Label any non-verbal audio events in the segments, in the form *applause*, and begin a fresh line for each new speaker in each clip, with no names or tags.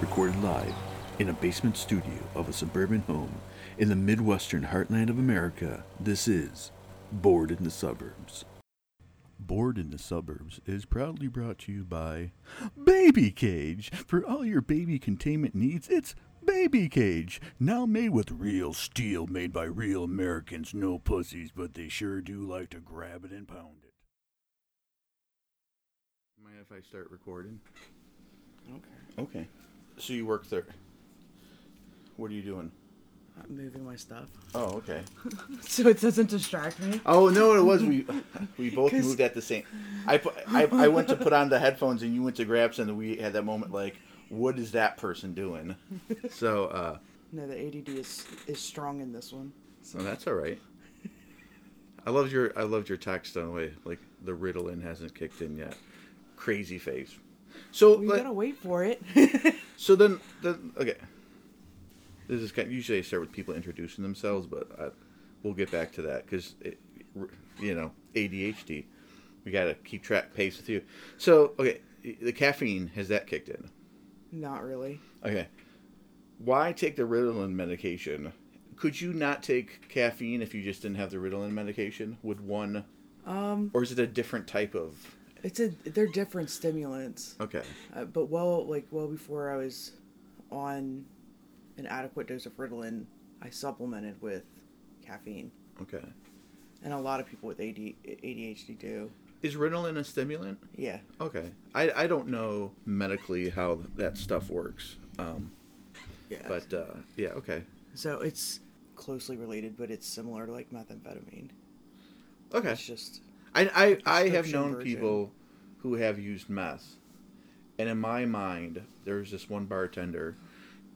recorded live in a basement studio of a suburban home in the Midwestern heartland of America, this is Bored in the Suburbs. Bored in the Suburbs is proudly brought to you by Baby Cage. For all your baby containment needs, it's Baby Cage. Now made with real steel, made by real Americans, no pussies, but they sure do like to grab it and pound it.
Mind if I start recording?
Okay.
Okay. So you work there. What are you doing?
I'm moving my stuff.
Oh, okay.
*laughs* So it doesn't distract me.
Oh no, it was we. *laughs* We both
'Cause-
moved at the same. I, pu- I I went to put on the headphones and you went to grab some. And we had that moment like, what is that person doing? So, uh,
No, the ADD is is strong in this one.
so that's all right. I loved your I loved your text on the way. Like the Ritalin hasn't kicked in yet. Crazy face. So
We
like-
gotta wait for it.
So then, then okay. This is kind. Usually, I start with people introducing themselves, but I, we'll get back to that because, you know, ADHD. We gotta keep track pace with you. So okay, the caffeine has that kicked in?
*laughs* Not really.
Okay. Why take the Ritalin medication? Could you not take caffeine if you just didn't have the Ritalin medication? Would one? Um. Or is it a different type of?
It's a they're different stimulants.
Okay.
Uh, but well, like well before I was on an adequate dose of Ritalin, I supplemented with caffeine,
Okay.
and a lot of people with AD, ADHD do.
Is Ritalin a stimulant?
Yeah.
Okay. I, I don't know medically how that stuff works. Um,
Yeah.
but uh, yeah, okay.
so it's closely related, but it's similar to like methamphetamine.
Okay.
It's just
I, I, I have
prescription
known
version.
people who have used meth. And in my mind, there was this one bartender.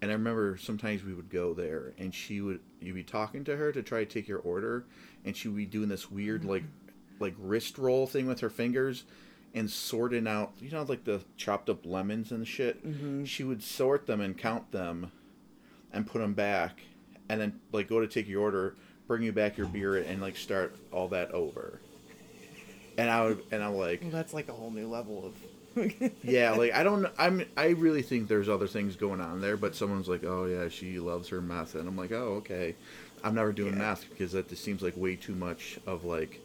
And I remember sometimes we would go there and she would, you'd be talking to her to try to take your order. And she would be doing this weird, like, like wrist roll thing with her fingers and sorting out, you know, like the chopped up lemons and shit.
Mm-hmm.
She would sort them and count them and put them back, and then like go to take your order, bring you back your beer, and like start all that over. And I would, and I'm like,
well, that's like a whole new level of. *laughs*
yeah, like I don't, I'm, I really think there's other things going on there, but someone's like, oh yeah, she loves her meth, and I'm like, oh okay, I'm never doing meth because that just seems like way too much of like,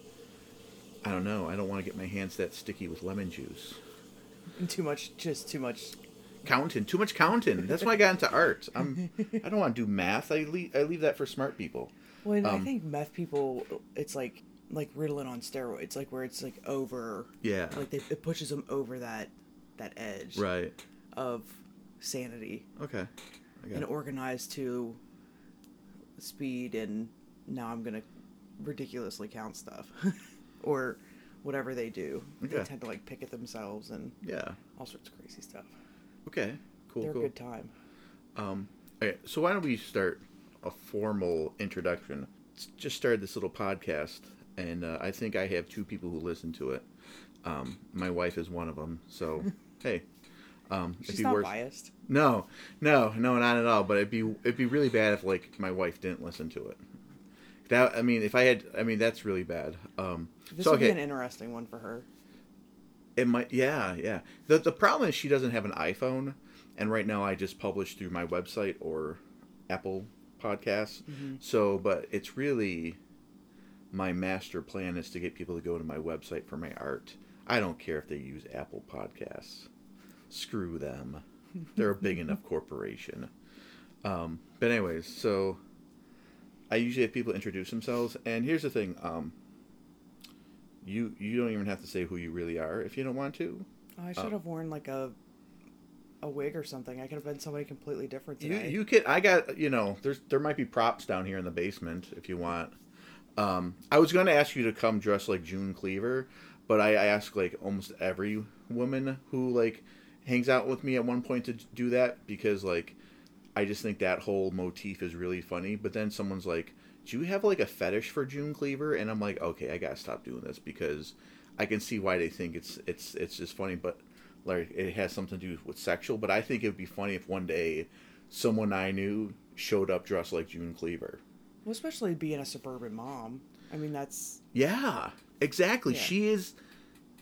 I don't know, I don't want to get my hands that sticky with lemon juice.
too much just too much
Counting, too much counting. That's when I got into art. I'm, I don't want to do math. I leave, I leave that for smart people.
well and
Um,
i think meth people it's like like ritalin on steroids like where it's like over
Yeah.
like they, it pushes them over that that edge
Right.
of sanity
Okay. I got
and
it.
organized to speed and now i'm gonna ridiculously count stuff *laughs* or whatever they do they
Okay.
tend to like pick at themselves and
Yeah.
all sorts of crazy stuff
Okay. Cool.
they're
cool.
a good time
Um. Okay. So why don't we start a formal introduction? S- Just started this little podcast, and uh, I think I have two people who listen to it. Um, my wife is one of them.
*laughs*
So hey, um,
she's
you
not
work-
biased
No, no, no, not at all. But it'd be it'd be really bad if like my wife didn't listen to it. That I mean, if I had, I mean, that's really bad. Um,
this
so
would
okay,
be an interesting one for her
It might, yeah, yeah. The the problem is she doesn't have an iPhone, and right now I just publish through my website or Apple Podcasts. So, but it's really my master plan is to get people to go to my website for my art. I don't care if they use Apple Podcasts. Screw them. They're a big enough corporation. Um, but anyways, so I usually have people introduce themselves, and here's the thing. Um, you you don't even have to say who you really are if you don't want to.
I should have worn like a a wig or something. I could have been somebody completely different
You
today.
you can I got you know there's there might be props down here in the basement if you want. Um, I was going to ask you to come dressed like June Cleaver, but I, I ask like almost every woman who like hangs out with me at one point to do that because like I just think that whole motif is really funny. But then someone's like, "Do you have like a fetish for June Cleaver?" And I'm like, "Okay, I gotta stop doing this because I can see why they think it's it's it's just funny, but like it has something to do with sexual. But I think it would be funny if one day someone I knew showed up dressed like June Cleaver.
well, especially being a suburban mom. I mean, that's
Yeah, exactly.
Yeah.
She is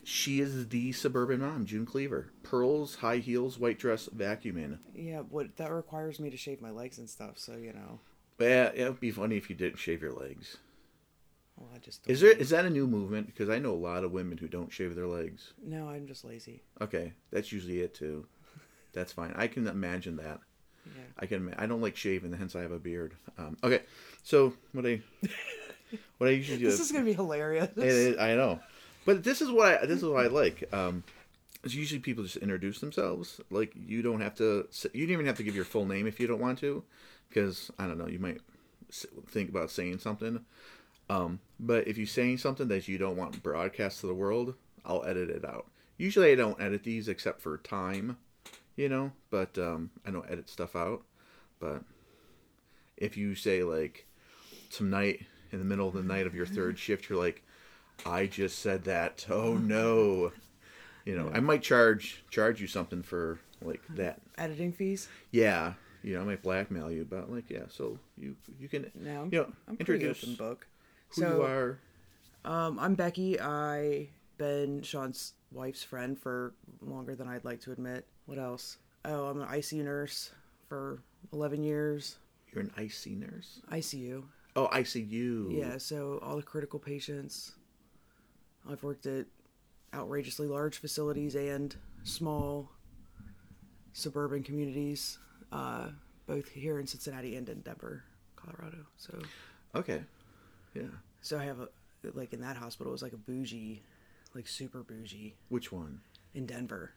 She is the suburban mom, June Cleaver. Pearls, high heels, white dress, vacuum in.
Yeah, what that requires me to shave my legs and stuff, so you know.
But yeah, it would be funny if you didn't shave your legs.
Well, I just don't
Is there is that a new movement? Because I know a lot of women who don't shave their legs.
No, I'm just lazy.
Okay, that's usually it too. That's fine. I can imagine that.
Yeah.
I can. I don't like shaving, hence I have a beard. Um, okay, so what I what I usually do.
This is gonna be hilarious.
It is- I know, but this is what I this is what I like. Um, is usually people just introduce themselves. Like you don't have to. s- You don't even have to give your full name if you don't want to, because I don't know. You might s- think about saying something. Um, but if you're saying something that you don't want broadcast to the world, I'll edit it out. Usually I don't edit these except for time, you know. But um, I don't edit stuff out. But if you say like tonight in the middle of the night of your third shift, you're like, I just said that. *laughs*
*laughs*
Oh no. You know, I might charge charge you something for like that.
*laughs* Editing fees?
Yeah. You know, I might blackmail you about like yeah, so you you can
No.
you know,
I'm pretty
introduce
open book.
who
so
you are.
um I'm Becky. I've been Sean's wife's friend for longer than I'd like to admit. What else? Oh, I'm an ICU nurse for eleven years.
You're an IC nurse.
ICU.
Oh, I see you.
Yeah, so all the critical patients. I've worked at outrageously large facilities and small suburban communities, uh, both here in Cincinnati and in Denver, Colorado. So,
Okay. Yeah.
so I have a like in that hospital it was like a bougie, like super bougie
Which one? *gasps*
in Denver.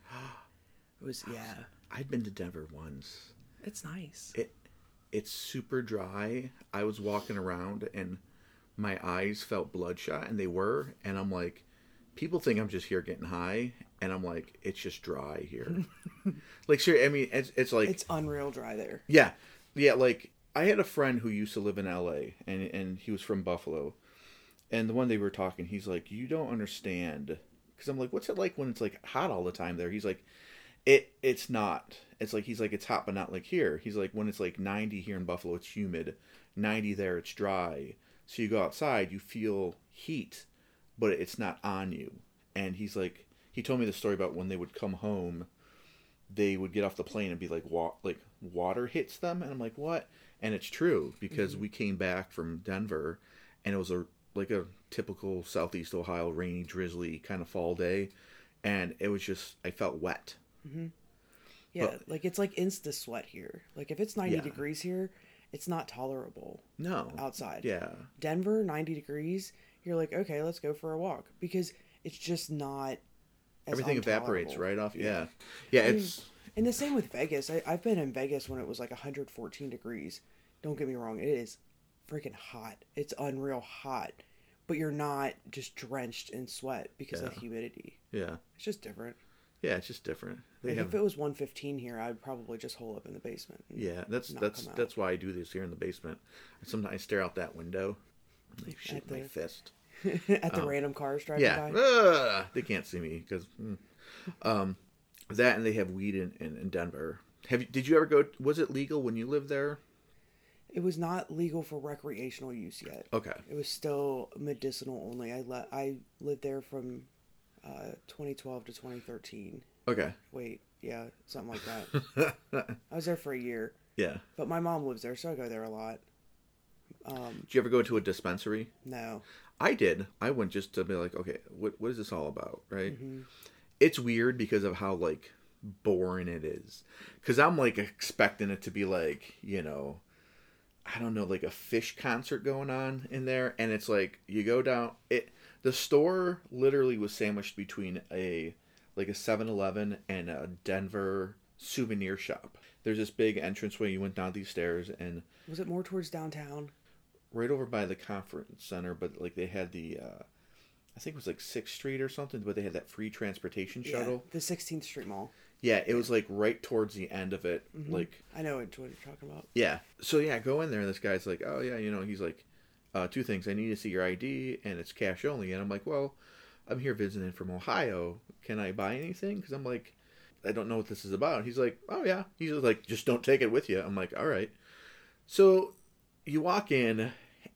It was yeah,
I've been to Denver once.
it's nice.
It it's super dry. I was walking around and my eyes felt bloodshot and they were and I'm like people think I'm just here getting high and I'm like it's just dry here. like sure I mean it's it's like
It's unreal dry there.
yeah. Yeah, like I had a friend who used to live in LA and and he was from Buffalo. And the one day we were talking, he's like, "You don't understand." Cuz I'm like, "What's it like when it's like hot all the time there?" He's like, "It it's not. It's like he's like it's hot but not like here." He's like, "When it's like 90 here in Buffalo, it's humid. 90 there, it's dry. So you go outside, you feel heat, but it's not on you." And he's like, he told me the story about when they would come home they would get off the plane and be like, wa- like water hits them, and I'm like, what? And it's true because
Mm-hmm.
we came back from Denver, and it was a like a typical southeast Ohio rainy, drizzly kind of fall day, and it was just I felt wet.
Yeah, like it's like insta sweat here. Like if it's ninety
Yeah.
degrees here, it's not tolerable
No,
outside.
yeah,
Denver, 90 degrees, you're like, okay, let's go for a walk because it's just not. as
everything evaporates
intolerable.
right off. Yeah, yeah, it's
And the same with Vegas. I, I've been in Vegas when it was like 114 degrees. Don't get me wrong, it is freaking hot. It's unreal hot, but you're not just drenched in sweat because of the humidity.
yeah,
It's just different.
yeah, it's just different. They
Like
have
if it was 115 here, I'd probably just hole up in the basement.
yeah, that's
not
that's
come out.
that's why I do this here in the basement. I sometimes stare out that window, I'm like shake my
the-
fist.
*laughs* At the random cars driving
Um, Yeah,
by.
Ugh, they can't see me because um, that and they have weed in, in, in Denver. Have you, did you ever go? Was it legal when you lived there?
It was not legal for recreational use yet.
Okay,
It was still medicinal only. I le- I lived there from uh, 2012 to 2013.
okay, *laughs*
Wait, yeah, something like that. I was there for a year,
yeah.
but my mom lives there, so I go there a lot. Um,
Did you ever go to a dispensary?
No,
I did. I went just to be like, okay, what what is this all about,
Mm-hmm.
right? It's weird because of how like boring it is. Because I'm like expecting it to be like you know, I don't know, like a fish concert going on in there, and it's like you go down it. The store literally was sandwiched between a like a 7-Eleven and a Denver souvenir shop. There's this big entranceway. You went down these stairs and
was it more towards downtown?
right over by the conference center, but like they had the, uh, I think it was like Sixth Street or something, but they had that free transportation shuttle.
Yeah, the 16th Street Mall.
Yeah, it was like right towards the end of it. Like,
I know what you're talking about.
yeah. So yeah, go in there, and this guy's like, oh yeah, you know, he's like, uh, two things. I need to see your ID, and it's cash only. And I'm like, well, I'm here visiting from Ohio. Can I buy anything? Because I'm like, I don't know what this is about. He's like, oh yeah. He's just like, just don't take it with you. I'm like, all right. So you walk in,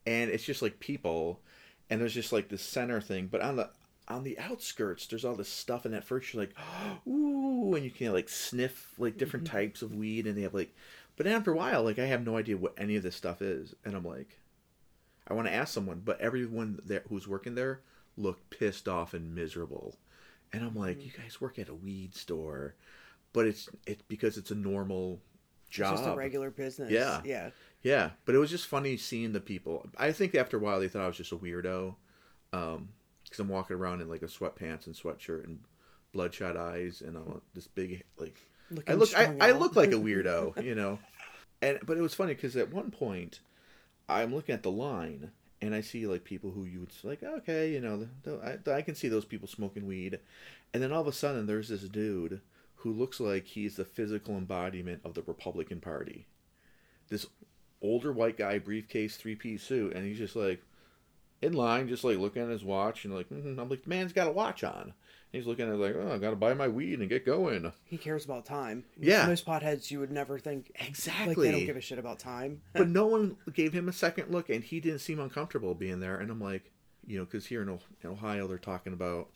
and it's just like people, and there's just like this center thing. But on the on the outskirts, there's all this stuff, and at first you're like, *gasps* ooh, and you can like sniff like different
Mm-hmm.
types of weed, and they have like, but then after a while, like I have no idea what any of this stuff is, and I'm like, I want to ask someone, but everyone there who's working there looked pissed off and miserable, and I'm
Mm-hmm.
like, you guys work at a weed store, but it's it's because it's a normal job,
Just a regular business.
Yeah.
Yeah.
yeah, but it was just funny seeing the people. I think after a while they thought I was just a weirdo, Um because I'm walking around in like a sweatpants and sweatshirt and bloodshot eyes and all this big like
Looking
I look I,
strung
I
out.
look like a weirdo, you know. And but it was funny because at one point I'm looking at the line and I see like people who you would s- like okay, you know, th th- I, I can see those people smoking weed, and then all of a sudden there's this dude who looks like he's the physical embodiment of the Republican Party. This older white guy, briefcase, three piece suit, and he's just like in line, just like looking at his watch and like mm I'm like, man's got a watch on. And he's looking at it like, oh, I gotta buy my weed and get going.
He cares about time.
Yeah.
Most potheads, you would never think.
Exactly.
Like, they don't give a shit about time.
but no one gave him a second look, and he didn't seem uncomfortable being there. And I'm like, you know, because here in, O- in Ohio, they're talking about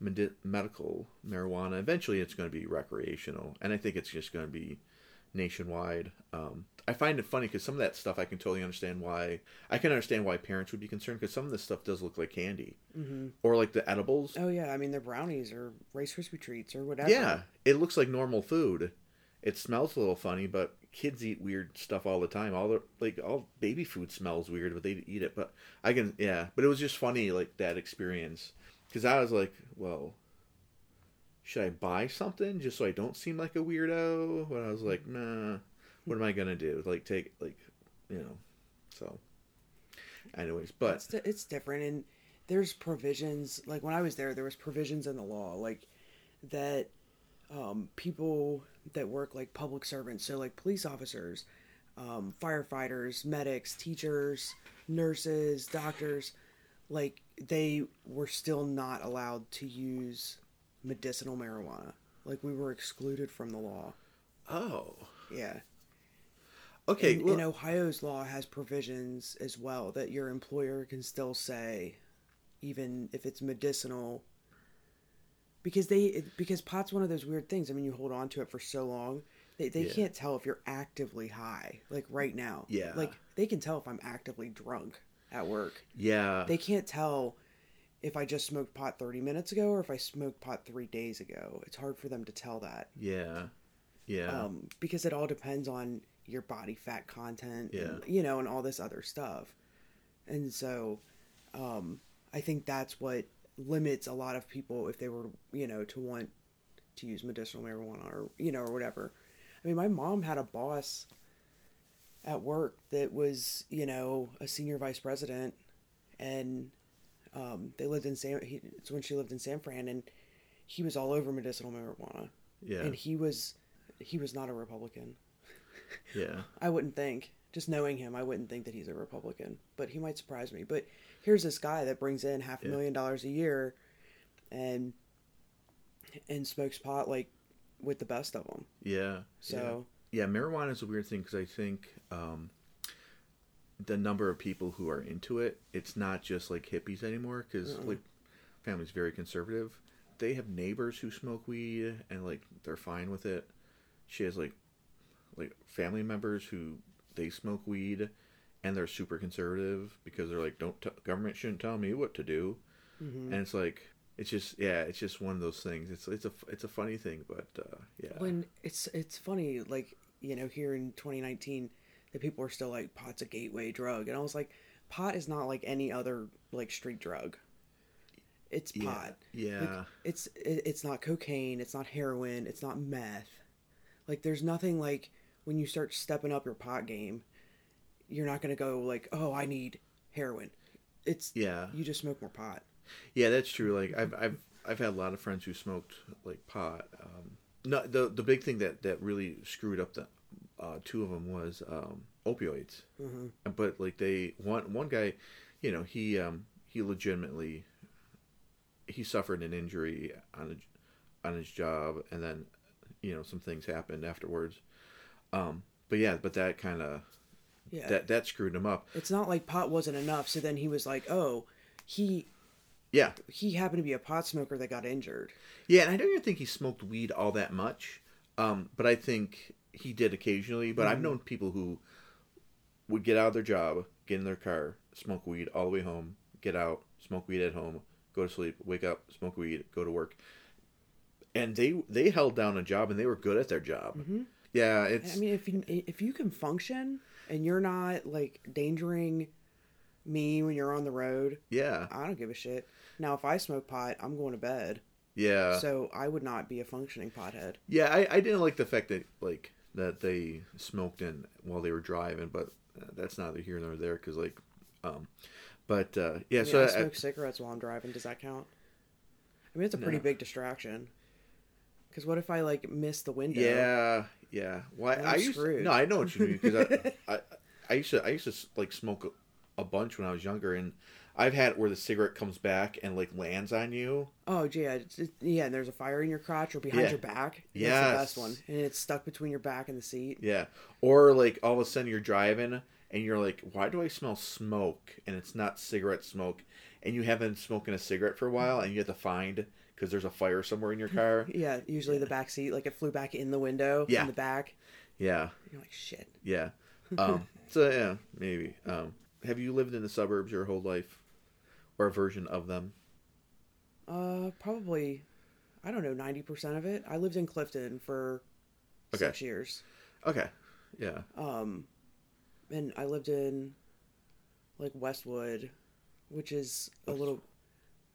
medi- medical marijuana. Eventually, it's going to be recreational, and I think it's just going to be nationwide. Um, I find it funny because some of that stuff I can totally understand why I can understand why parents would be concerned because some of this stuff does look like candy or like the edibles.
Mm-hmm. Oh, yeah. I mean, they're brownies or Rice Krispie treats or whatever.
Yeah, it looks like normal food. It smells a little funny, but kids eat weird stuff all the time. All the like all baby food smells weird, but they eat it. But I can yeah, but it was just funny like that experience because I was like, well, should I buy something just so I don't seem like a weirdo? But I was like, nah, what am I gonna do? Like take like, you know, so. Anyways, but
it's di- it's different and there's provisions like when i was there there was provisions in the law like that um, people that work like public servants so like police officers um, firefighters medics teachers nurses doctors like they were still not allowed to use medicinal marijuana like we were excluded from the law
oh,
yeah
okay.
and,
well-
and Ohio's law has provisions as well that your employer can still say, even if it's medicinal, because they it- because pot's one of those weird things. I mean, you hold on to it for so long, they they
Yeah.
can't tell if you're actively high, like right now.
Yeah.
like they can tell if I'm actively drunk at work.
yeah,
They can't tell if I just smoked pot 30 minutes ago or if I smoked pot three days ago. It's hard for them to tell that
yeah, yeah,
um, because it all depends on your body fat content, and,
Yeah.
you know, and all this other stuff. And so, um, I think that's what limits a lot of people if they were, you know, to want to use medicinal marijuana or you know or whatever. I mean, my mom had a boss at work that was, you know, a senior vice president, and um, they lived in San. He, it's when she lived in San Fran, and he was all over medicinal marijuana
yeah,
and he was he was not a republican
yeah.
i wouldn't think just knowing him i wouldn't think that he's a republican but he might surprise me but here's this guy that brings in half a
Yeah.
million dollars a year and and smokes pot like with the best of them
Yeah.
so
yeah, yeah marijuana is a weird thing because I think um, the number of people who are into it, it's not just like hippies anymore because like family's very conservative. They have neighbors who smoke weed and like they're fine with it. She has like like family members who they smoke weed and they're super conservative because they're like don't t- government shouldn't tell me what to do. And it's like it's just yeah, it's just one of those things. It's it's a it's a funny thing, but uh, yeah.
when it's it's funny like you know here in 2019 that people are still like pot's a gateway drug and i was like pot is not like any other like street drug it's
Yeah,
pot
Yeah.
Like, it's it, it's not cocaine, it's not heroin, it's not meth. Like there's nothing like when you start stepping up your pot game, you're not going to go like, "Oh, I need heroin." It's
yeah.
you just smoke more pot.
Yeah, that's true. Like I've I've I've had a lot of friends who smoked like pot. Um, no, the the big thing that that really screwed up the uh, two of them was um, opioids. But like they one one guy, you know, he um he legitimately he suffered an injury on a, on his job, and then you know some things happened afterwards. Um, but yeah, but that kind of
Yeah.
that that screwed him up.
it's not like pot wasn't enough, so then he was like, "Oh, he
Yeah.
He happened to be a pot smoker that got injured.
Yeah, and I don't even think he smoked weed all that much. Um, but I think he did occasionally. But
Mm-hmm.
I've known people who would get out of their job, get in their car, smoke weed all the way home, get out, smoke weed at home, go to sleep, wake up, smoke weed, go to work. And they they held down a job and they were good at their job. Yeah, it's
Mm-hmm. I mean, if you if you can function and you're not like endangering me when you're on the road,
yeah,
I don't give a shit. Now, if I smoke pot, I'm going to bed.
yeah.
so I would not be a functioning pothead.
Yeah, I, I didn't like the fact that like that they smoked in while they were driving, but uh, that's neither here nor there because like, um, but uh, yeah,
I, mean,
so
I
I-
smoke cigarettes while I'm driving. Does that count? I mean, it's a pretty
No.
big distraction. Because what if I like miss the window?
yeah, yeah. Why
I'm
I used
screwed.
no, I know what you mean because
*laughs*
I, I I used to I used to like smoke a, a bunch when I was younger, and I've had it where the cigarette comes back and like lands on you.
Oh, gee, I, it's- it- yeah. And there's a fire in your crotch or behind
Yeah.
your back. That's the
Yes.
best one, and it's stuck between your back and the seat.
Yeah, or like all of a sudden you're driving and you're like, why do I smell smoke? And it's not cigarette smoke, and you haven't been smoking a cigarette for a while, and you have to find because there's a fire somewhere in your car.
*laughs* Yeah, usually the back seat, like it flew back in the window
Yeah.
in the back.
yeah,
You're like, shit.
yeah. Um, so yeah, maybe. Um, have you lived in the suburbs your whole life, or a version of them?
Uh, probably, I don't know, ninety percent of it. I lived in Clifton for
Okay.
six years.
Okay, yeah,
um and i lived in like westwood which is a little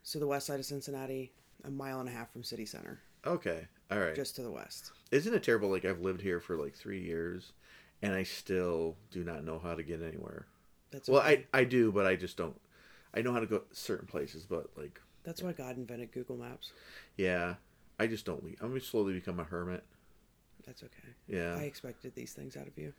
so the west side of cincinnati a mile and a half from city center
okay, all right.
just to the west
Isn't it terrible? Like I've lived here for like three years, and I still do not know how to get anywhere.
that's
Well,
why,
I I do, but I just don't. I know how to go certain places, but like,
that's why god invented google maps
yeah, I just don't leave. I'm gonna slowly become a hermit.
that's okay
Yeah,
i expected these things out of you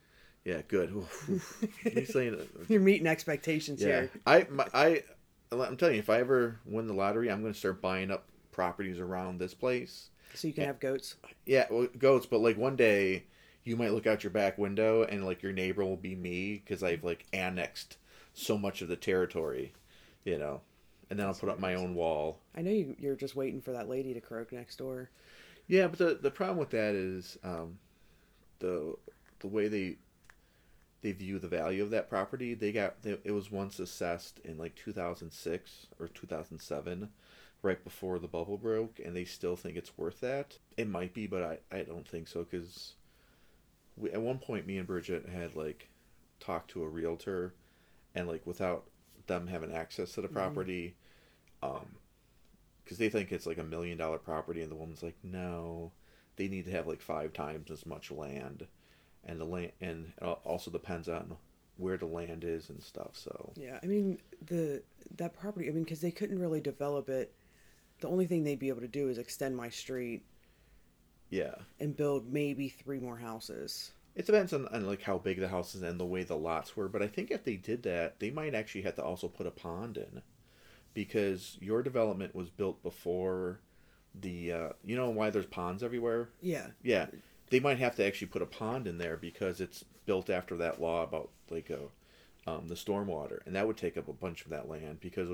*laughs*
yeah, good. Oof, oof. Me saying,
you're meeting expectations
yeah,
here
I my, I I'm telling you, if I ever win the lottery, I'm gonna start buying up properties around this place.
so you can have goats
Yeah, well, goats, but like one day you might look out your back window and like your neighbor will be me because I've like annexed so much of the territory, you know, and then I'll put up my own wall.
i know you, you're just waiting for that lady to croak next door
Yeah, but the the problem with that is um, the the way they they view the value of that property. They got they, it was once assessed in like 2006 or 2007, right before the bubble broke, and they still think it's worth that. It might be, but I I don't think so because we at one point me and Bridget had like talked to a realtor, and like without them having access to the property because they think it's like a million dollar property, and the woman's like, no, they need to have like five times as much land, and the land, and it al- also depends on where the land is and stuff. So
Yeah, I mean the that property. I mean, because they couldn't really develop it. The only thing they'd be able to do is extend my street
yeah,
and build maybe three more houses.
it depends on, on like how big the house is and the way the lots were. But I think if they did that, they might actually have to also put a pond in, because your development was built before the uh, you know why there's ponds everywhere
Yeah,
Yeah, they might have to actually put a pond in there because it's built after that law about like a, um, the stormwater, and that would take up a bunch of that land because,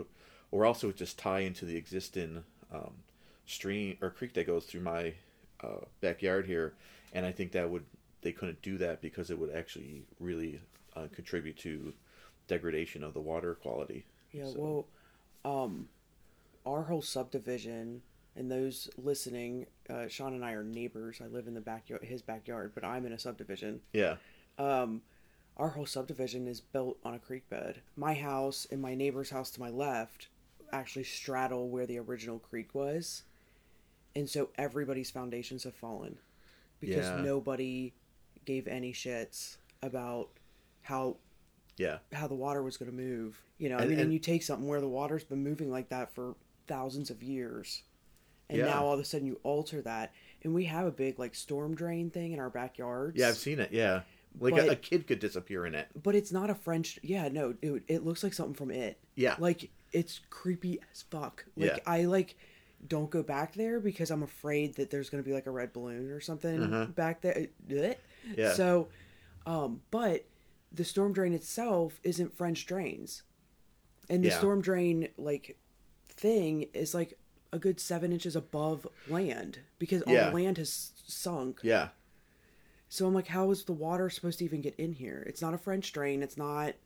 or else it would just tie into the existing um, stream or creek that goes through my uh, backyard here, and I think that would they couldn't do that because it would actually really uh, contribute to degradation of the water quality.
yeah.
So-
Well, um, our whole subdivision and those listening, uh, Sean and I are neighbors. I live in the backyard, his backyard, but I'm in a subdivision.
yeah,
Um, our whole subdivision is built on a creek bed. My house and my neighbor's house to my left actually straddle where the original creek was. And so everybody's foundations have fallen because
Yeah.
nobody gave any shits about how
yeah,
how the water was going to move. You know, I
And-
mean, and,
and-
you take something where the water's been moving like that for thousands of years, and
Yeah.
now all of a sudden you alter that. And we have a big like storm drain thing in our backyards.
yeah. I've seen it. Yeah, like a,
But-
a kid could disappear in it.
But it's not a French. Yeah, no, dude, it looks like something from it.
Yeah.
Like it's creepy as fuck. Like
Yeah.
I like don't go back there because I'm afraid that there's gonna be like a red balloon or something back there. Blech.
Uh-huh. Yeah.
So, um, but the storm drain itself isn't French drains, and the
Yeah.
storm drain like thing is like a good seven inches above land because all
Yeah.
the land has sunk.
Yeah.
So I'm like, how is the water supposed to even get in here? It's not a French drain. It's not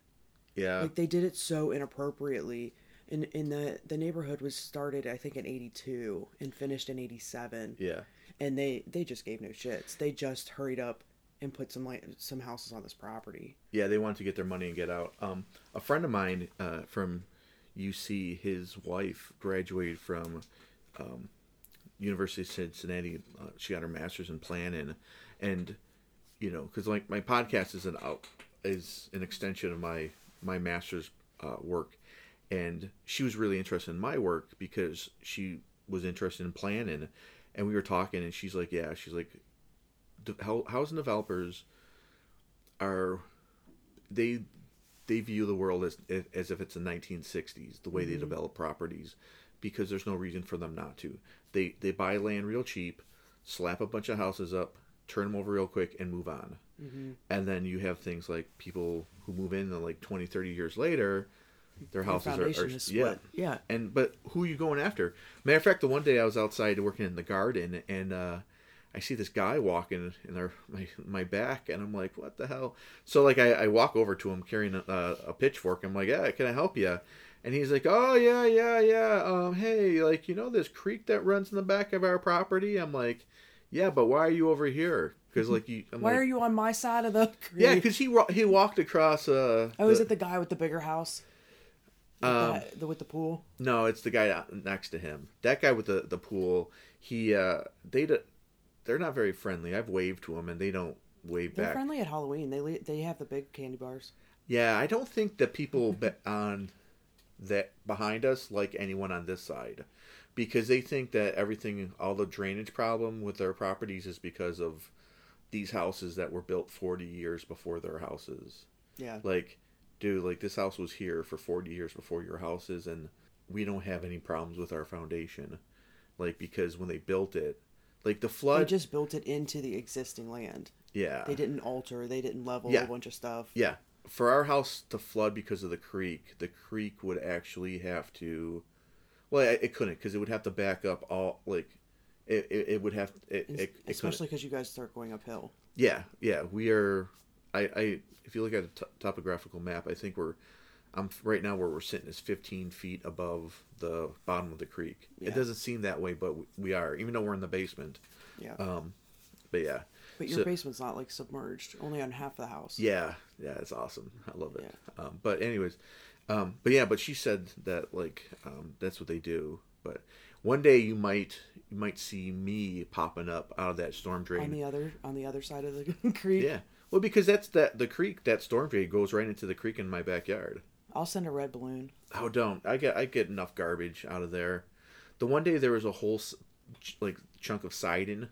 Yeah.
like they did it so inappropriately. And in the the neighborhood was started I think in '82 and finished in '87.
yeah.
And they they just gave no shits. They just hurried up and put some like some houses on this property.
Yeah, they want to get their money and get out. Um, a friend of mine uh, from UC, his wife graduated from um, University of Cincinnati. Uh, she got her master's in planning, and you know, because like my podcast is an out is an extension of my my master's uh, work, and she was really interested in my work because she was interested in planning, and we were talking, and she's like, yeah, she's like, "De- how housing developers are they they view the world as as if it's the 1960s the way
Mm-hmm.
they develop properties because there's no reason for them not to they they buy land real cheap slap a bunch of houses up turn them over real quick and move on and then you have things like people who move in and like 20 30 years later their houses are,
foundation
are
is
yeah
split. Yeah.
and but who are you going after? Matter of fact, the one day I was outside working in the garden, and uh, I see this guy walking in our, my my back, and I'm like, what the hell? So like I, I walk over to him carrying a, a pitchfork. I'm like, yeah, can I help you? And he's like, oh yeah, yeah, yeah. Um, hey, like you know this creek that runs in the back of our property? I'm like, yeah, but why are you over here? Because like you, I'm
Why
like,
are you on my side of the *laughs* creek?
Yeah, because he wa- he walked across. Uh,
Oh, is
the- Um,
it the guy with the bigger house? With the, the- with the pool?
No, it's the guy out- next to him. That guy with the the pool. He uh they d- they're not very friendly. I've waved to him and they don't wave
They're
back.
friendly at Halloween. They le- they have the big candy bars.
Yeah, I don't think the people be- on that behind us like anyone on this side because they think that everything all the drainage problem with their properties is because of these houses that were built 40 years before their houses.
Yeah.
Like, dude, like this house was here for 40 years before your house is, and we don't have any problems with our foundation. Like, because when they built it, like the
They
flood,
just built it into the existing land.
yeah,
They didn't alter. They didn't level
Uh. Yeah.
a bunch of stuff.
yeah. For our house to flood because of the creek, the creek would actually have to, well, it, it couldn't because it would have to back up all like, it, it, it would have it,
Es-
it, it couldn't.
Especially because you guys start going uphill.
Yeah, yeah, we are. I, I if you look at a t- topographical map, I think we're, I'm right now where we're sitting is 15 feet above the bottom of the creek.
Yeah.
It doesn't seem that way, but we, we are, even though we're in the basement.
Yeah.
Um, but yeah,
but your
so-
basement's not like submerged. Only on half the house.
yeah, yeah, it's awesome. I love it. Um, but anyways, um, but yeah, but she said that like um, that's what they do. But one day you might you might see me popping up out of that storm drain
On the other on the other side of the *laughs* creek.
Yeah. Well, because that's that the creek that storm drain goes right into the creek in my backyard.
I'll send a red balloon.
Oh, don't I get I get enough garbage out of there. The one day there was a whole s- ch- like chunk of siding,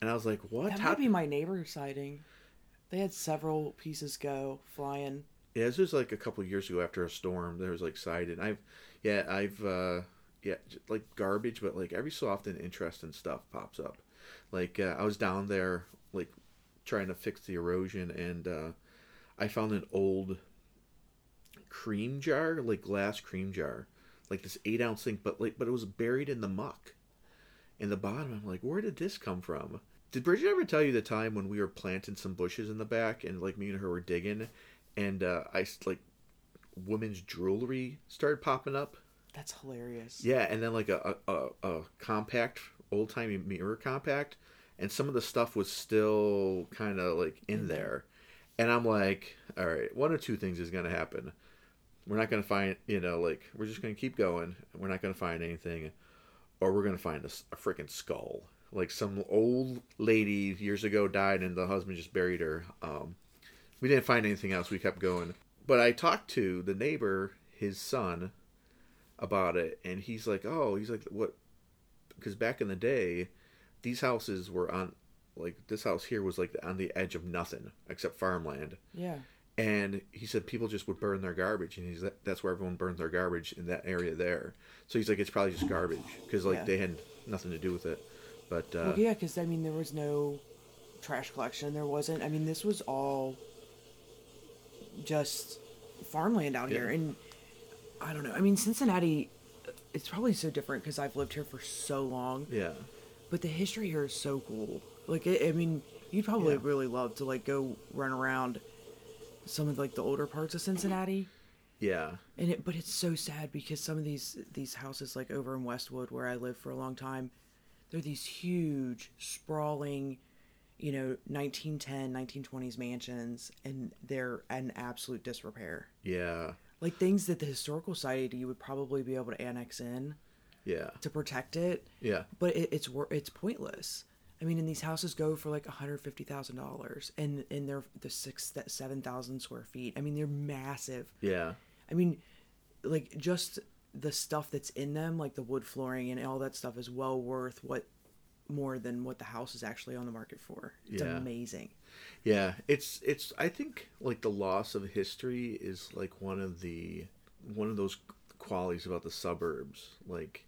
and I was like, "What?
That
How-
might be my neighbor sighting. They had several pieces go flying.
Yeah, this was like a couple years ago after a storm. There was like siding. I've, yeah, I've, uh, yeah, j- like garbage, but like every so often, interesting stuff pops up. Like uh, I was down there, like trying to fix the erosion, and uh, I found an old cream jar, like glass cream jar, like this eight ounce thing, but like, but it was buried in the muck, in the bottom. I'm like, where did this come from? Did Bridget ever tell you the time when we were planting some bushes in the back, and like me and her were digging, and uh, I s- like women's jewelry started popping up.
That's hilarious.
Yeah, and then like a a, a, a compact old timey mirror compact, and some of the stuff was still kind of like in there, and I'm like, all right, one of two things is gonna happen. We're not gonna find you know like we're just gonna keep going. We're not gonna find anything, or we're gonna find a, s- a freaking skull. Like some old lady years ago died, and the husband just buried her. Um, we didn't find anything else. We kept going. But I talked to the neighbor, his son, about it, and he's like, "Oh, he's like, what?" Because back in the day, these houses were on, like, this house here was like on the edge of nothing except farmland,
Yeah.
and he said people just would burn their garbage, and he's that's where everyone burns their garbage in that area there. So he's like, it's probably just garbage because like
Yeah.
they had nothing to do with it. But uh,
Well, yeah, because I mean, there was no trash collection. There wasn't. I mean, this was all just farmland out here, and I don't know. I mean, Cincinnati it's probably so different because I've lived here for so long.
Yeah.
But the history here is so cool. Like, I I mean, you'd probably
Yeah.
really love to like go run around some of like the older parts of Cincinnati.
Yeah.
And it, but it's so sad because some of these these houses, like over in Westwood, where I lived for a long time, they're these huge, sprawling, you know, 1910, 1920s mansions, and they're an absolute disrepair.
Yeah.
Like things that the historical society would probably be able to annex in
Yeah.
to protect it,
Yeah.
but it, it's wor- it's pointless. I mean, and these houses go for like one hundred fifty thousand dollars, and and they're the six seven thousand square feet. I mean, they're massive.
Yeah.
I mean, like just the stuff that's in them, like the wood flooring and all that stuff, is well worth what more than what the house is actually on the market for. It's
Yeah.
amazing.
Yeah, it's it's I think like the loss of history is like one of the one of those qualities about the suburbs. Like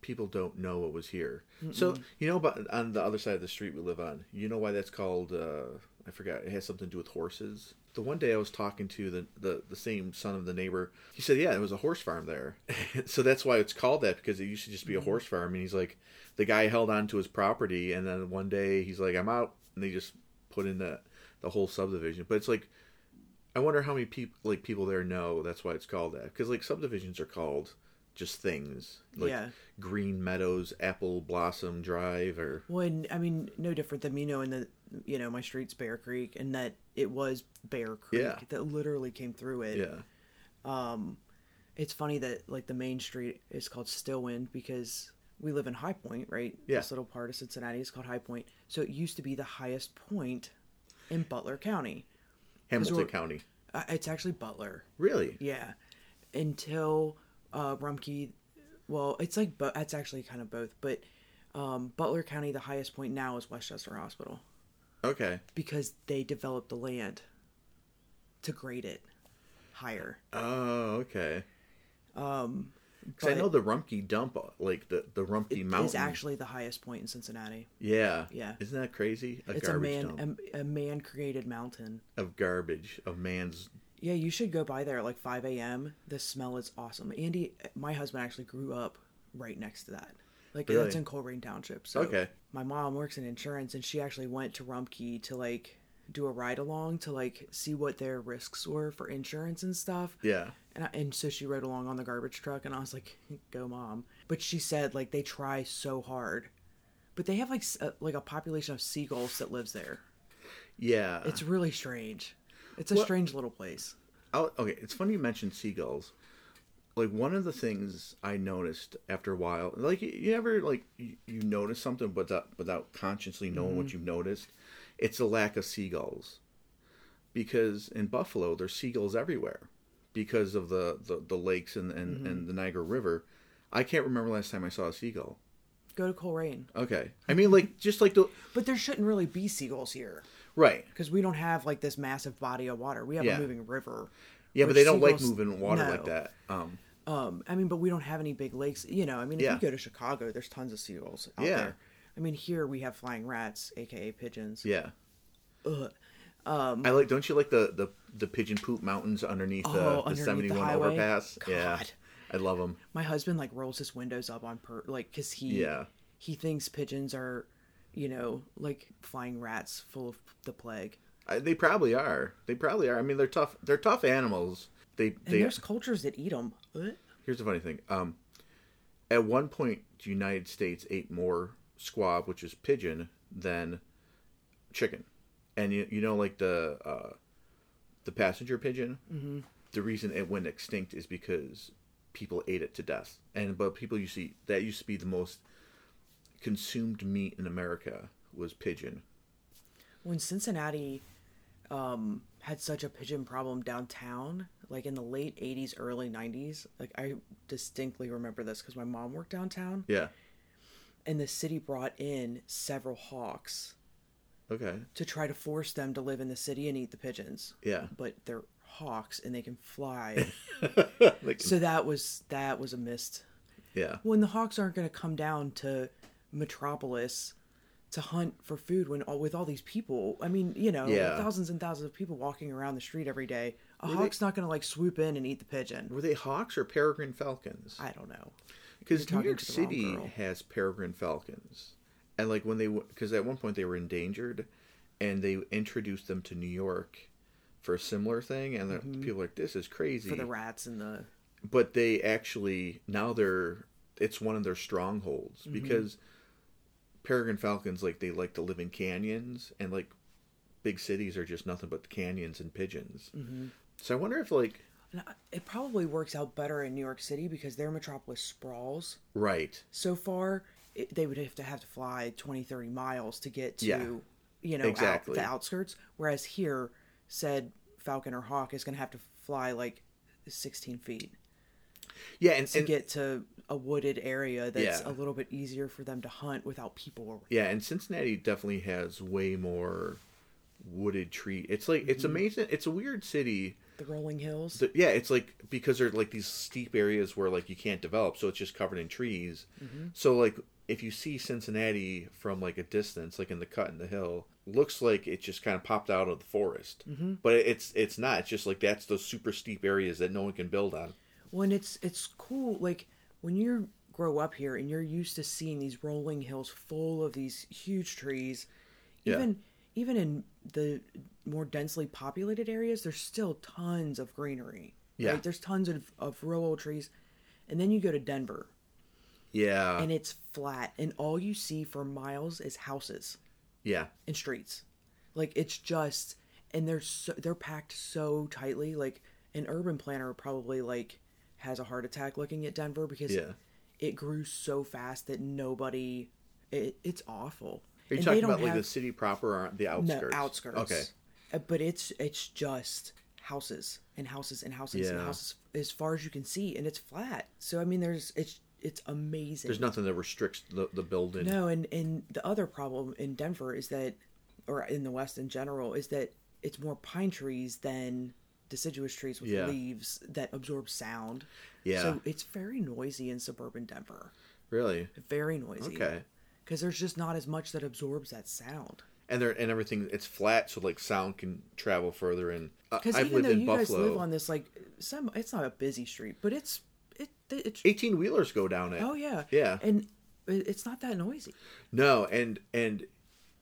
people don't know what was here. So, you know about on the other side of the street we live on. You know why that's called uh I forgot. It has something to do with horses. The one day I was talking to the the, the same son of the neighbor. He said, "Yeah, it was a horse farm there." *laughs* so that's why it's called that because it used to just be a horse farm and he's like the guy held on to his property and then one day he's like, "I'm out." And they just put in the the whole subdivision. But it's like, I wonder how many people like people there know that's why it's called that because like subdivisions are called just things like
Yeah.
Green Meadows, Apple Blossom Drive, or
Well, and I mean, no different than me knowing that you know my street's Bear Creek and that it was Bear Creek
Yeah.
that literally came through it.
yeah,
It's funny that like the main street is called Stillwind because we live in High Point, right?
Yeah.
This little part of Cincinnati is called High Point. So it used to be the highest point in Butler County.
Hamilton
we're-
County.
Uh, it's actually Butler.
Really?
Yeah, until uh, Rumpke. Well, it's like bo- that's actually kind of both, but um, Butler County, the highest point now is Westchester Hospital
Okay.
because they developed the land to grade it higher.
Oh, okay. 'Cause
Um, But
I know the Rumpke Dump, uh, like the the Rumpke Mountain,
is actually the highest point in Cincinnati.
yeah,
yeah.
Isn't that crazy? A
It's a
garbage
man
dump
a, a man created mountain.
of garbage of man's.
Yeah, you should go by there at like 5 a.m. The smell is awesome. Andy, my husband actually grew up right next to that. Like
Really?
that's in Coleraine Township. So
Okay.
my mom works in insurance, and she actually went to Rumpke to like do a ride along to like see what their risks were for insurance and stuff.
Yeah.
And, I, and so she rode along on the garbage truck, and I was like, "Go, mom!" But she said like they try so hard, but they have like s- uh, like a population of seagulls that lives there.
Yeah.
It's really strange. It's a strange little place.
I'll, okay, it's funny you mentioned seagulls. Like one of the things I noticed after a while, like you, you ever like you, you notice something without without consciously knowing what
Mm-hmm.
you've noticed, it's the lack of seagulls. Because in Buffalo, there's seagulls everywhere because of the the, the lakes and and, and
Mm-hmm.
the Niagara River. I can't remember last time I saw a seagull.
Go to Coleraine,
Okay, I mean like just like the
but there shouldn't really be seagulls here
right.
because we don't have like this massive body of water. We have
Yeah.
a moving river.
Yeah,
which
but they don't like
seagulls-
moving water like
no.
that. Um,
Um, I mean, but we don't have any big lakes. You know, I mean, if
Yeah.
you go to Chicago, there's tons of seagulls out
Yeah.
there. I mean, here we have flying rats, aka pigeons.
yeah.
Ugh.
I like. Don't you like the the, the pigeon poop mountains underneath the,
Um, Oh,
the
underneath the
seventy one
highway?
overpass? Yeah,
God.
I love them.
my husband like rolls his windows up on per like because he
Yeah.
he thinks pigeons are you know like flying rats full of the plague
I, they probably are. They probably are. I mean, they're tough. They're tough animals. They
and
they.
there's cultures that eat them
Here's the funny thing. Um, at one point, the United States ate more squab, which is pigeon, than chicken. And you you know like the uh, the passenger pigeon. Mm-hmm. The reason it went extinct is because people ate it to death. And but people used to that used to be the most consumed meat in America was pigeon.
when cincinnati um had such a pigeon problem downtown like in the late 80s early 90s like i distinctly remember this because my mom worked downtown
Yeah.
and the city brought in several hawks
Okay.
to try to force them to live in the city and eat the pigeons
Yeah.
but they're hawks and they can fly
Like
So that was that was a missed.
yeah.
When the Hawks aren't going to come down to Metropolis to hunt for food when all with all these people, I mean, you know,
Yeah.
thousands and thousands of people walking around the street every day, a hawk's not going to like swoop in and eat the pigeon.
Were they hawks or peregrine falcons?
I don't know.
Because
You're
New York
talking to the wrong
City
girl.
has peregrine falcons, and like when they because at one point they were endangered, and they introduced them to New York for a similar thing, and the people are like this is crazy.
Mm-hmm. for the rats and the
but they actually now they're it's one of their strongholds
Mm-hmm.
because peregrine falcons like they like to live in canyons and like big cities are just nothing but canyons and pigeons.
Mm-hmm.
So I wonder if like
And I- it probably works out better in New York City because their metropolis sprawls
right
so far. It, they would have to have to fly 20, 30 miles to get to,
Yeah.
you know, out-
Exactly.
the outskirts. Whereas here, said Falcon or Hawk is going to have to fly like 16 feet
yeah and,
to
and
get to a wooded area that's
Yeah.
a little bit easier for them to hunt without people around.
Yeah, and Cincinnati definitely has way more wooded tree. It's like
Mm-hmm.
it's amazing. It's a weird city.
The rolling hills.
The- yeah, it's like because there's like these steep areas where like you can't develop, so it's just covered in trees.
Mm-hmm.
So like if you see Cincinnati from like a distance, like in the cut in the hill, looks like it just kind of popped out of the forest. Mm-hmm. But it's it's not. It's just like that's those super steep areas that no one can build on.
when it's it's cool like when you grow up here and you're used to seeing these rolling hills full of these huge trees
Yeah.
even even in the more densely populated areas there's still tons of greenery
Yeah.
right? there's tons of, of real old trees and then you go to denver
Yeah,
and it's flat and all you see for miles is houses
yeah,
and streets. Like it's just and they're so, they're packed so tightly. Like an urban planner probably like has a heart attack looking at Denver because
Yeah.
it grew so fast that nobody. It, it's awful.
Are you
And
talking about like the city proper or the outskirts?
no, outskirts.
Okay.
Uh, But it's it's just houses and houses and houses and
Yeah.
houses as far as you can see, and it's flat. So I mean, there's it's it's amazing.
There's nothing that restricts the, the building.
No, and and the other problem in Denver is that, or in the West in general, is that it's more pine trees than deciduous trees with
Yeah.
leaves that absorb sound.
Yeah.
So it's very noisy in suburban Denver.
Really?
Very noisy.
Okay.
Because there's just not as much that absorbs that sound.
And there and everything it's flat, so like sound can travel further. And I-
Because
I've
even
lived
though
in
you
Buffalo.
guys live on this like some, it's not a busy street, but it's it it's
Eighteen wheelers go down it.
oh yeah
Yeah.
and it- it's not that noisy.
No, and and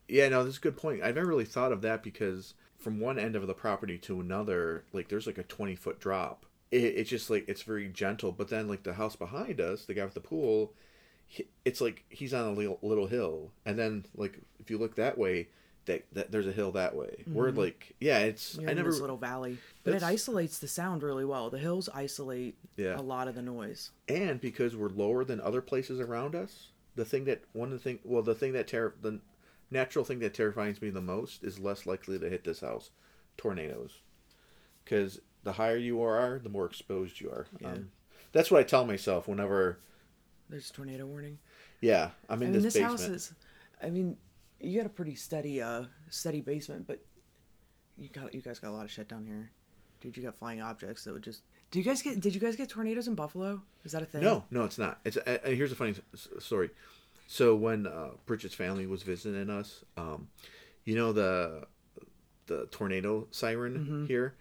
yeah, no, this is a good point. I never really thought of that because from one end of the property to another, like there's like a twenty foot drop. It, it's just like it's very gentle. But then like the house behind us, the guy with the pool, he- it's like he's on a little, little hill, and then like if you look that way, that, that there's a hill that way. We're like, yeah, it's
Mm-hmm. You're
I
in
never
this little valley, but it
That's-
isolates the sound really well. The hills isolate
Yeah.
a lot of the noise.
and because we're lower than other places around us the thing that one of the thing well the thing that terror the natural thing that terrifies me the most is less likely to hit this house tornadoes because the higher you are the more exposed you are um, that's what i tell myself whenever
There's a tornado warning.
yeah i'm in
I mean,
this,
this,
basement
house is. I mean, you got a pretty steady, uh, steady basement, but you got you guys got a lot of shit down here, dude. You got flying objects that would just. Do you guys get? Did you guys get tornadoes in Buffalo? Is that a thing?
No, no, it's not. It's uh, uh, here's a funny s- story. So when uh, Bridget's family was visiting us, um, you know the the tornado siren here,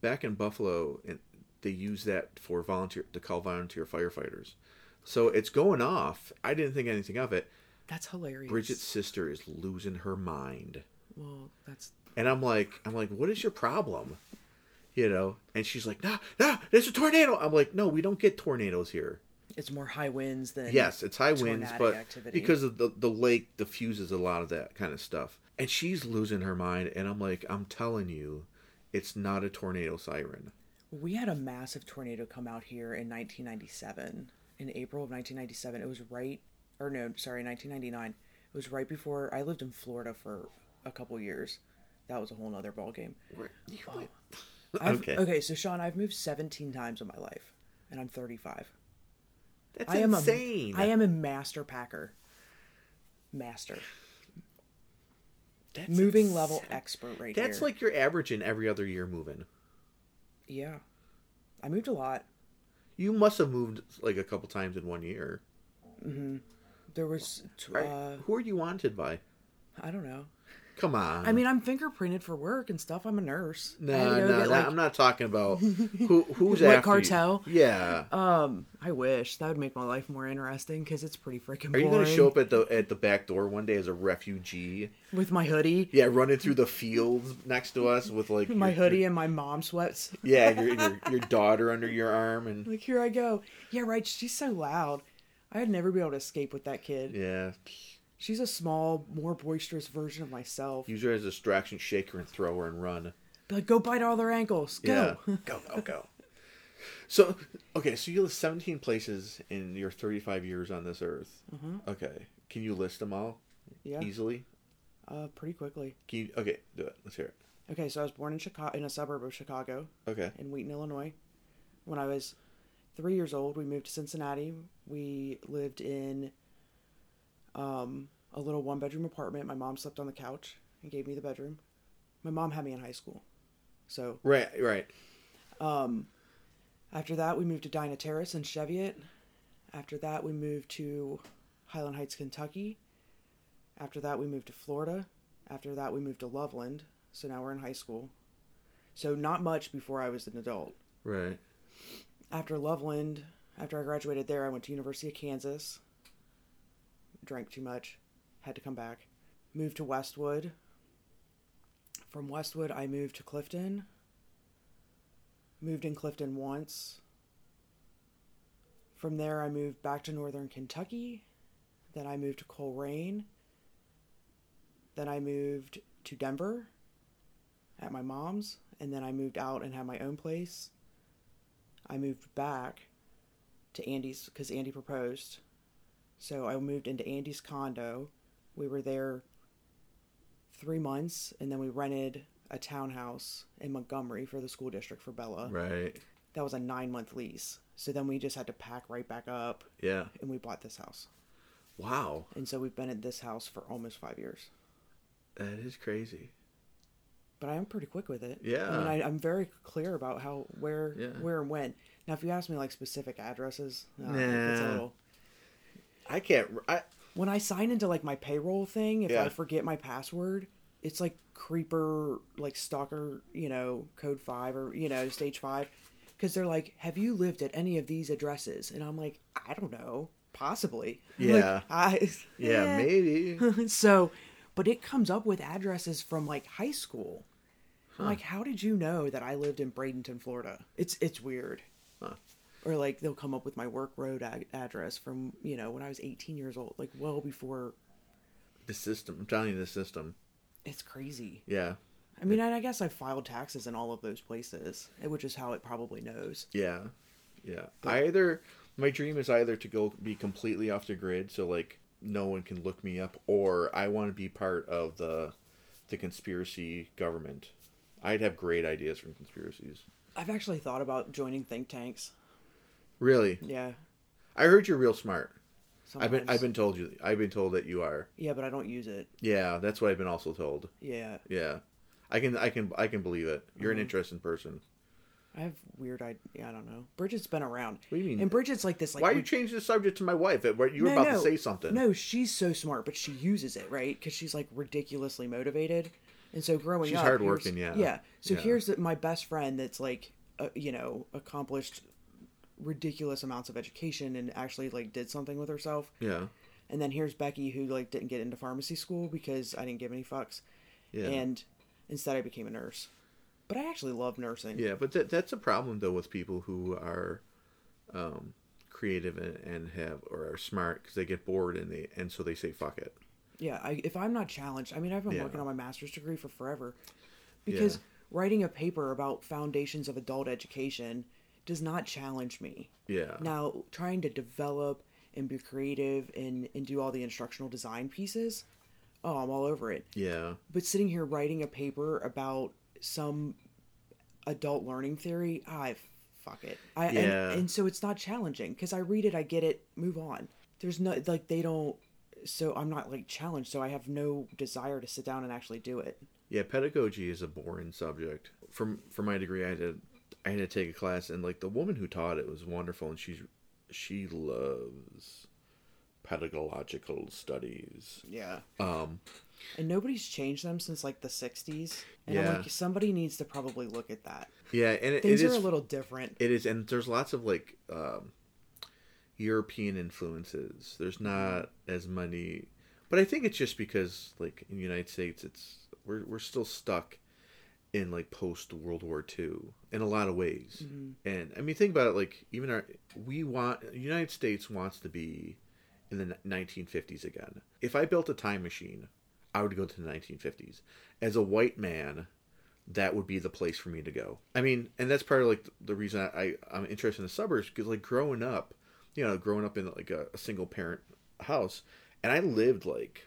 back in Buffalo, and they use that for volunteer to call volunteer firefighters. So it's going off. I didn't think anything of it.
That's hilarious.
Bridget's sister is losing her mind.
Well, that's.
And I'm like, I'm like, what is your problem? You know? And she's like, nah, nah, there's a tornado. I'm like, no, we don't get tornadoes here.
It's more high winds than.
Yes, it's high winds,
tornadic
but
activity.
because of the the lake diffuses a lot of that kind of stuff. And she's losing her mind, and I'm like, I'm telling you, it's not a tornado siren.
We had a massive tornado come out here in 1997. In April of 1997, it was right, or no, sorry, 1999. It was right before I lived in Florida for a couple years. That was a whole nother ballgame. I've-
*laughs*
uh,
Okay.
Okay, so Sean, I've moved 17 times in my life, and I'm 35.
That's
I am
insane.
A, I am a master packer. Master.
That's
Moving
ins-
level expert right
That's
here.
like your average in every other year moving.
Yeah. I moved a lot.
You must have moved like a couple times in one year.
There was, t-
Right?
uh,
Who are you wanted by?
I don't know.
Come on.
I mean, I'm fingerprinted for work and stuff. I'm a nurse. I had to
no,
go
no,
get,
no,
like-
I'm not talking
*laughs*
about who who's
Like
after
cartel?
You. Yeah.
Um, I wish that would make my life more interesting because it's pretty freaking.
Are you
boring.
gonna show up at the at the back door one day as a refugee?
with my hoodie,
Yeah, running through the fields next to us with like
my
your-
hoodie and my mom sweats?
Yeah, your, your your daughter under your arm and
Like here I go. Yeah, right. She's so loud. I'd never be able to escape with that kid.
yeah,
She's a small, more boisterous version of myself.
use her as a distraction, shake her and throw her and run.
Be like, go bite all their ankles. Go.
Yeah, go go go. So okay, so you list 17 places in your 35 years on this earth. Okay, can you list them all
*laughs* Mm-hmm. Yeah.
easily?
Uh, pretty quickly.
Can you, okay, do it. Let's hear it.
Okay, so I was born in Chicago, in a suburb of Chicago,
Okay.
in Wheaton, Illinois. When I was three years old, we moved to Cincinnati. We lived in um, a little one bedroom apartment. My mom slept on the couch and gave me the bedroom. My mom had me in high school. So um,
Right, right.
after that, we moved to Dinah Terrace in Cheviot. After that, we moved to Highland Heights, Kentucky. After that, we moved to Florida. After that, we moved to Loveland. So now we're in high school. So not much before I was an adult.
Right.
after Loveland, after I graduated there, I went to University of Kansas. Drank too much, had to come back. Moved to Westwood. From Westwood, I moved to Clifton. Moved in Clifton once. From there, I moved back to Northern Kentucky. Then I moved to Coleraine. Then I moved to Denver at my mom's. And then I moved out and had my own place. I moved back to Andy's because Andy proposed. So I moved into Andy's condo. We were there three months, and then we rented a townhouse in Montgomery for the school district for Bella.
Right.
That was a nine month lease. So then we just had to pack right back up,
Yeah.
and we bought this house.
Wow.
And so we've been at this house for almost five years.
That is crazy.
But I am pretty quick with it. I
Yeah.
mean, I, I'm very clear about how where
Yeah.
where and when. Now, if you ask me like specific addresses, no, it's a
Nah.
little.
I can't. I
when I sign into like my payroll thing, if I
Yeah.
forget my password, it's like creeper, like stalker, you know, code five or you know, stage five, because they're like, "Have you lived at any of these addresses?" And I'm like, "I don't know, possibly." Like,
Yeah.
I,
yeah,
*laughs* eh.
maybe.
so, but it comes up with addresses from like high school. I'm like, how did you know that I lived in Bradenton, Florida? It's it's weird. Or like they'll come up with my work road ad- address from you know when I was 18 years old, like well before.
the system. I'm telling you, the system.
It's crazy.
Yeah.
I mean, and I guess I filed taxes in all of those places, eh, which is how it probably knows.
Yeah. Yeah. I either my dream is either to go be completely off the grid, so like no one can look me up, or I want to be part of the the conspiracy government. I'd have great ideas from conspiracies.
I've actually thought about joining think tanks.
Really,
Yeah.
I heard you're real smart. I've been
sometimes.
I've been told you I've been told that you are.
Yeah, but I don't use it.
Yeah, that's what I've been also told.
Yeah.
Yeah, I can I can I can believe it. You're an interesting person.
I have weird I Yeah, I don't know. Bridget's been around.
What do you mean?
And Bridget's like this. Like,
Why you change the subject to my wife? You were
No,
about
no.
to say something.
No, she's so smart, but she uses it right because she's like ridiculously motivated. And so growing
She's
up,
hardworking,
here's-
yeah.
yeah. So
Yeah.
here's the, my best friend that's like, uh, you know, accomplished ridiculous amounts of education and actually like did something with herself.
Yeah.
And then here's Becky who like didn't get into pharmacy school because I didn't give any fucks,
Yeah.
and instead I became a nurse. But I actually love nursing.
Yeah, but that that's a problem though with people who are um, creative and, and have or are smart because they get bored and they and so they say fuck it.
Yeah, I, if I'm not challenged, I mean, I've been
Yeah.
working on my master's degree for forever because writing a paper about foundations of adult education does not challenge me.
Yeah.
Now, trying to develop and be creative and, and do all the instructional design pieces, oh, I'm all over it.
Yeah.
But sitting here writing a paper about some adult learning theory, I fuck it. I,
Yeah.
and, and so it's not challenging because I read it, I get it, move on. There's no like they don't. So I'm not like challenged. So I have no desire to sit down and actually do it.
Yeah, pedagogy is a boring subject. From for my degree, I had to, I had to take a class, and like the woman who taught it was wonderful, and she's she loves pedagogical studies.
Yeah.
Um,
and nobody's changed them since like the 60s and i'm
Yeah.
like somebody needs to probably look at that
Yeah, and it, it
things are
is
a little different
it is and there's lots of like um European influences. There's not as many but I think it's just because like in the United States it's we're we're still stuck in like post World War II in a lot of ways. And I mean think about it like even our we want the United States wants to be in the ni- 1950s again. If I built a time machine, I would go to the 1950s. As a white man, that would be the place for me to go. I mean, and that's part of like the reason I, I I'm interested in the suburbs because like growing up, you know, growing up in like a, a single parent house, and I lived like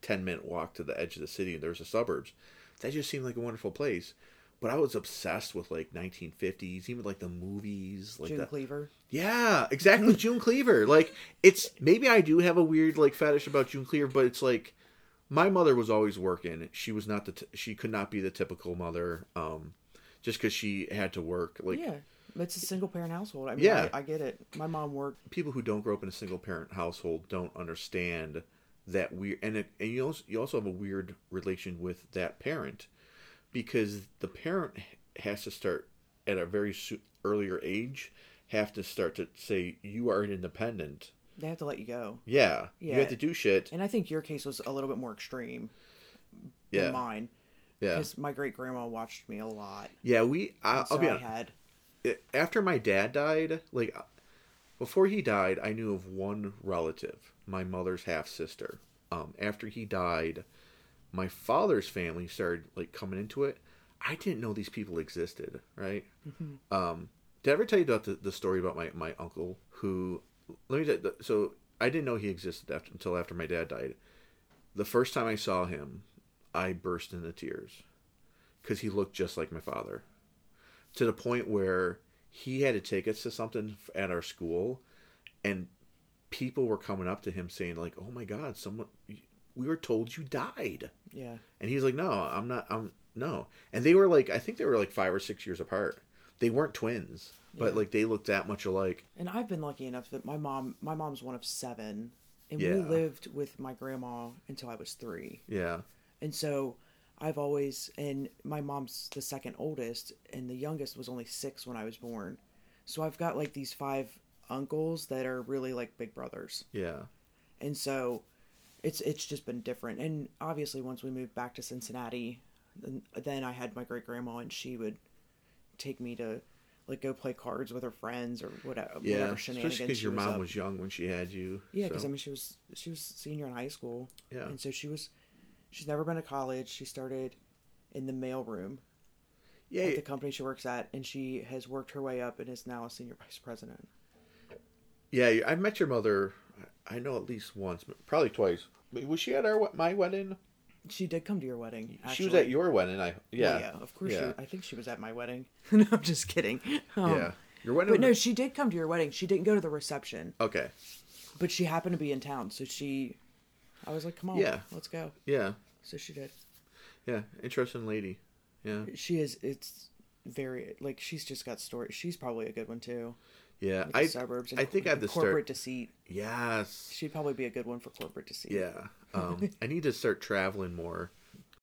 ten minute walk to the edge of the city, and there was the suburbs. That just seemed like a wonderful place. But I was obsessed with like 1950s, even like the movies, like
june
the,
cleaver
yeah, exactly. June Cleaver. Like, it's maybe I do have a weird like fetish about June Cleaver, but it's like my mother was always working. She was not the t- she could not be the typical mother, um, just because she had to work. Like
yeah it's a single parent household i mean
Yeah.
I, I get it my mom worked
people who don't grow up in a single parent household don't understand that weird. And it, and you also you also have a weird relation with that parent because the parent has to start at a very su- earlier age have to start to say you are an independent
they have to let you go
Yeah. You
Yeah.
have to do shit.
and i think your case was a little bit more extreme
Yeah.
than mine
Yeah.
because my great grandma watched me a lot
Yeah, we I,
and so
I'll be
i
honest.
had
After my dad died, like before he died, I knew of one relative, my mother's half sister. Um after he died, my father's family started like coming into it. I didn't know these people existed, right? Um did I ever tell you about the, the story about my, my uncle who let me tell you, so I didn't know he existed after, until after my dad died. The first time I saw him, I burst into tears because he looked just like my father to the point where he had to take us to something f- at our school and people were coming up to him saying like oh my god someone we were told you died
yeah
and he's like no i'm not i'm no and they were like i think they were like five or six years apart they weren't twins but like they looked that much alike
and I've been lucky enough that my mom my mom's one of seven and we
Yeah.
lived with my grandma until I was 3.
yeah
And so I've always and my mom's the second oldest and the youngest was only 6 when I was born. So I've got like these five uncles that are really like big brothers.
yeah
And so it's it's just been different. And obviously once we moved back to Cincinnati, then, then I had my great grandma and she would take me to like go play cards with her friends or whatever,
yeah
whatever
especially
shenanigans.
because
she
your
was
mom
up.
was young when she had you
Yeah, because
so-
I mean, she was she was senior in high school.
Yeah.
and so she was she's never been to college. She started in the mailroom
yeah
at the company she works at, and she has worked her way up and is now a senior vice president.
Yeah, I met your mother. I know at least once, probably twice. Was she at our we- my wedding?
She did come to your wedding. Actually.
She was at your wedding. I yeah,
Well, yeah, of course.
Yeah,
She, I think she was at my wedding. *laughs* no, I'm just kidding. Um,
yeah. Your wedding.
But no,
was-
she did come to your wedding. She didn't go to the reception,
okay.
but she happened to be in town, so she. I was like, "Come on,
Yeah.
let's go."
Yeah,
So she did.
yeah. Interesting lady. Yeah,
She is. It's very like she's just got stories. She's probably a good one too.
yeah.
like the
I
suburbs. And
I think I have to
corporate
start.
deceit.
Yes.
*laughs* She'd probably be a good one for corporate deceit.
Yeah. Um, I need to start traveling more.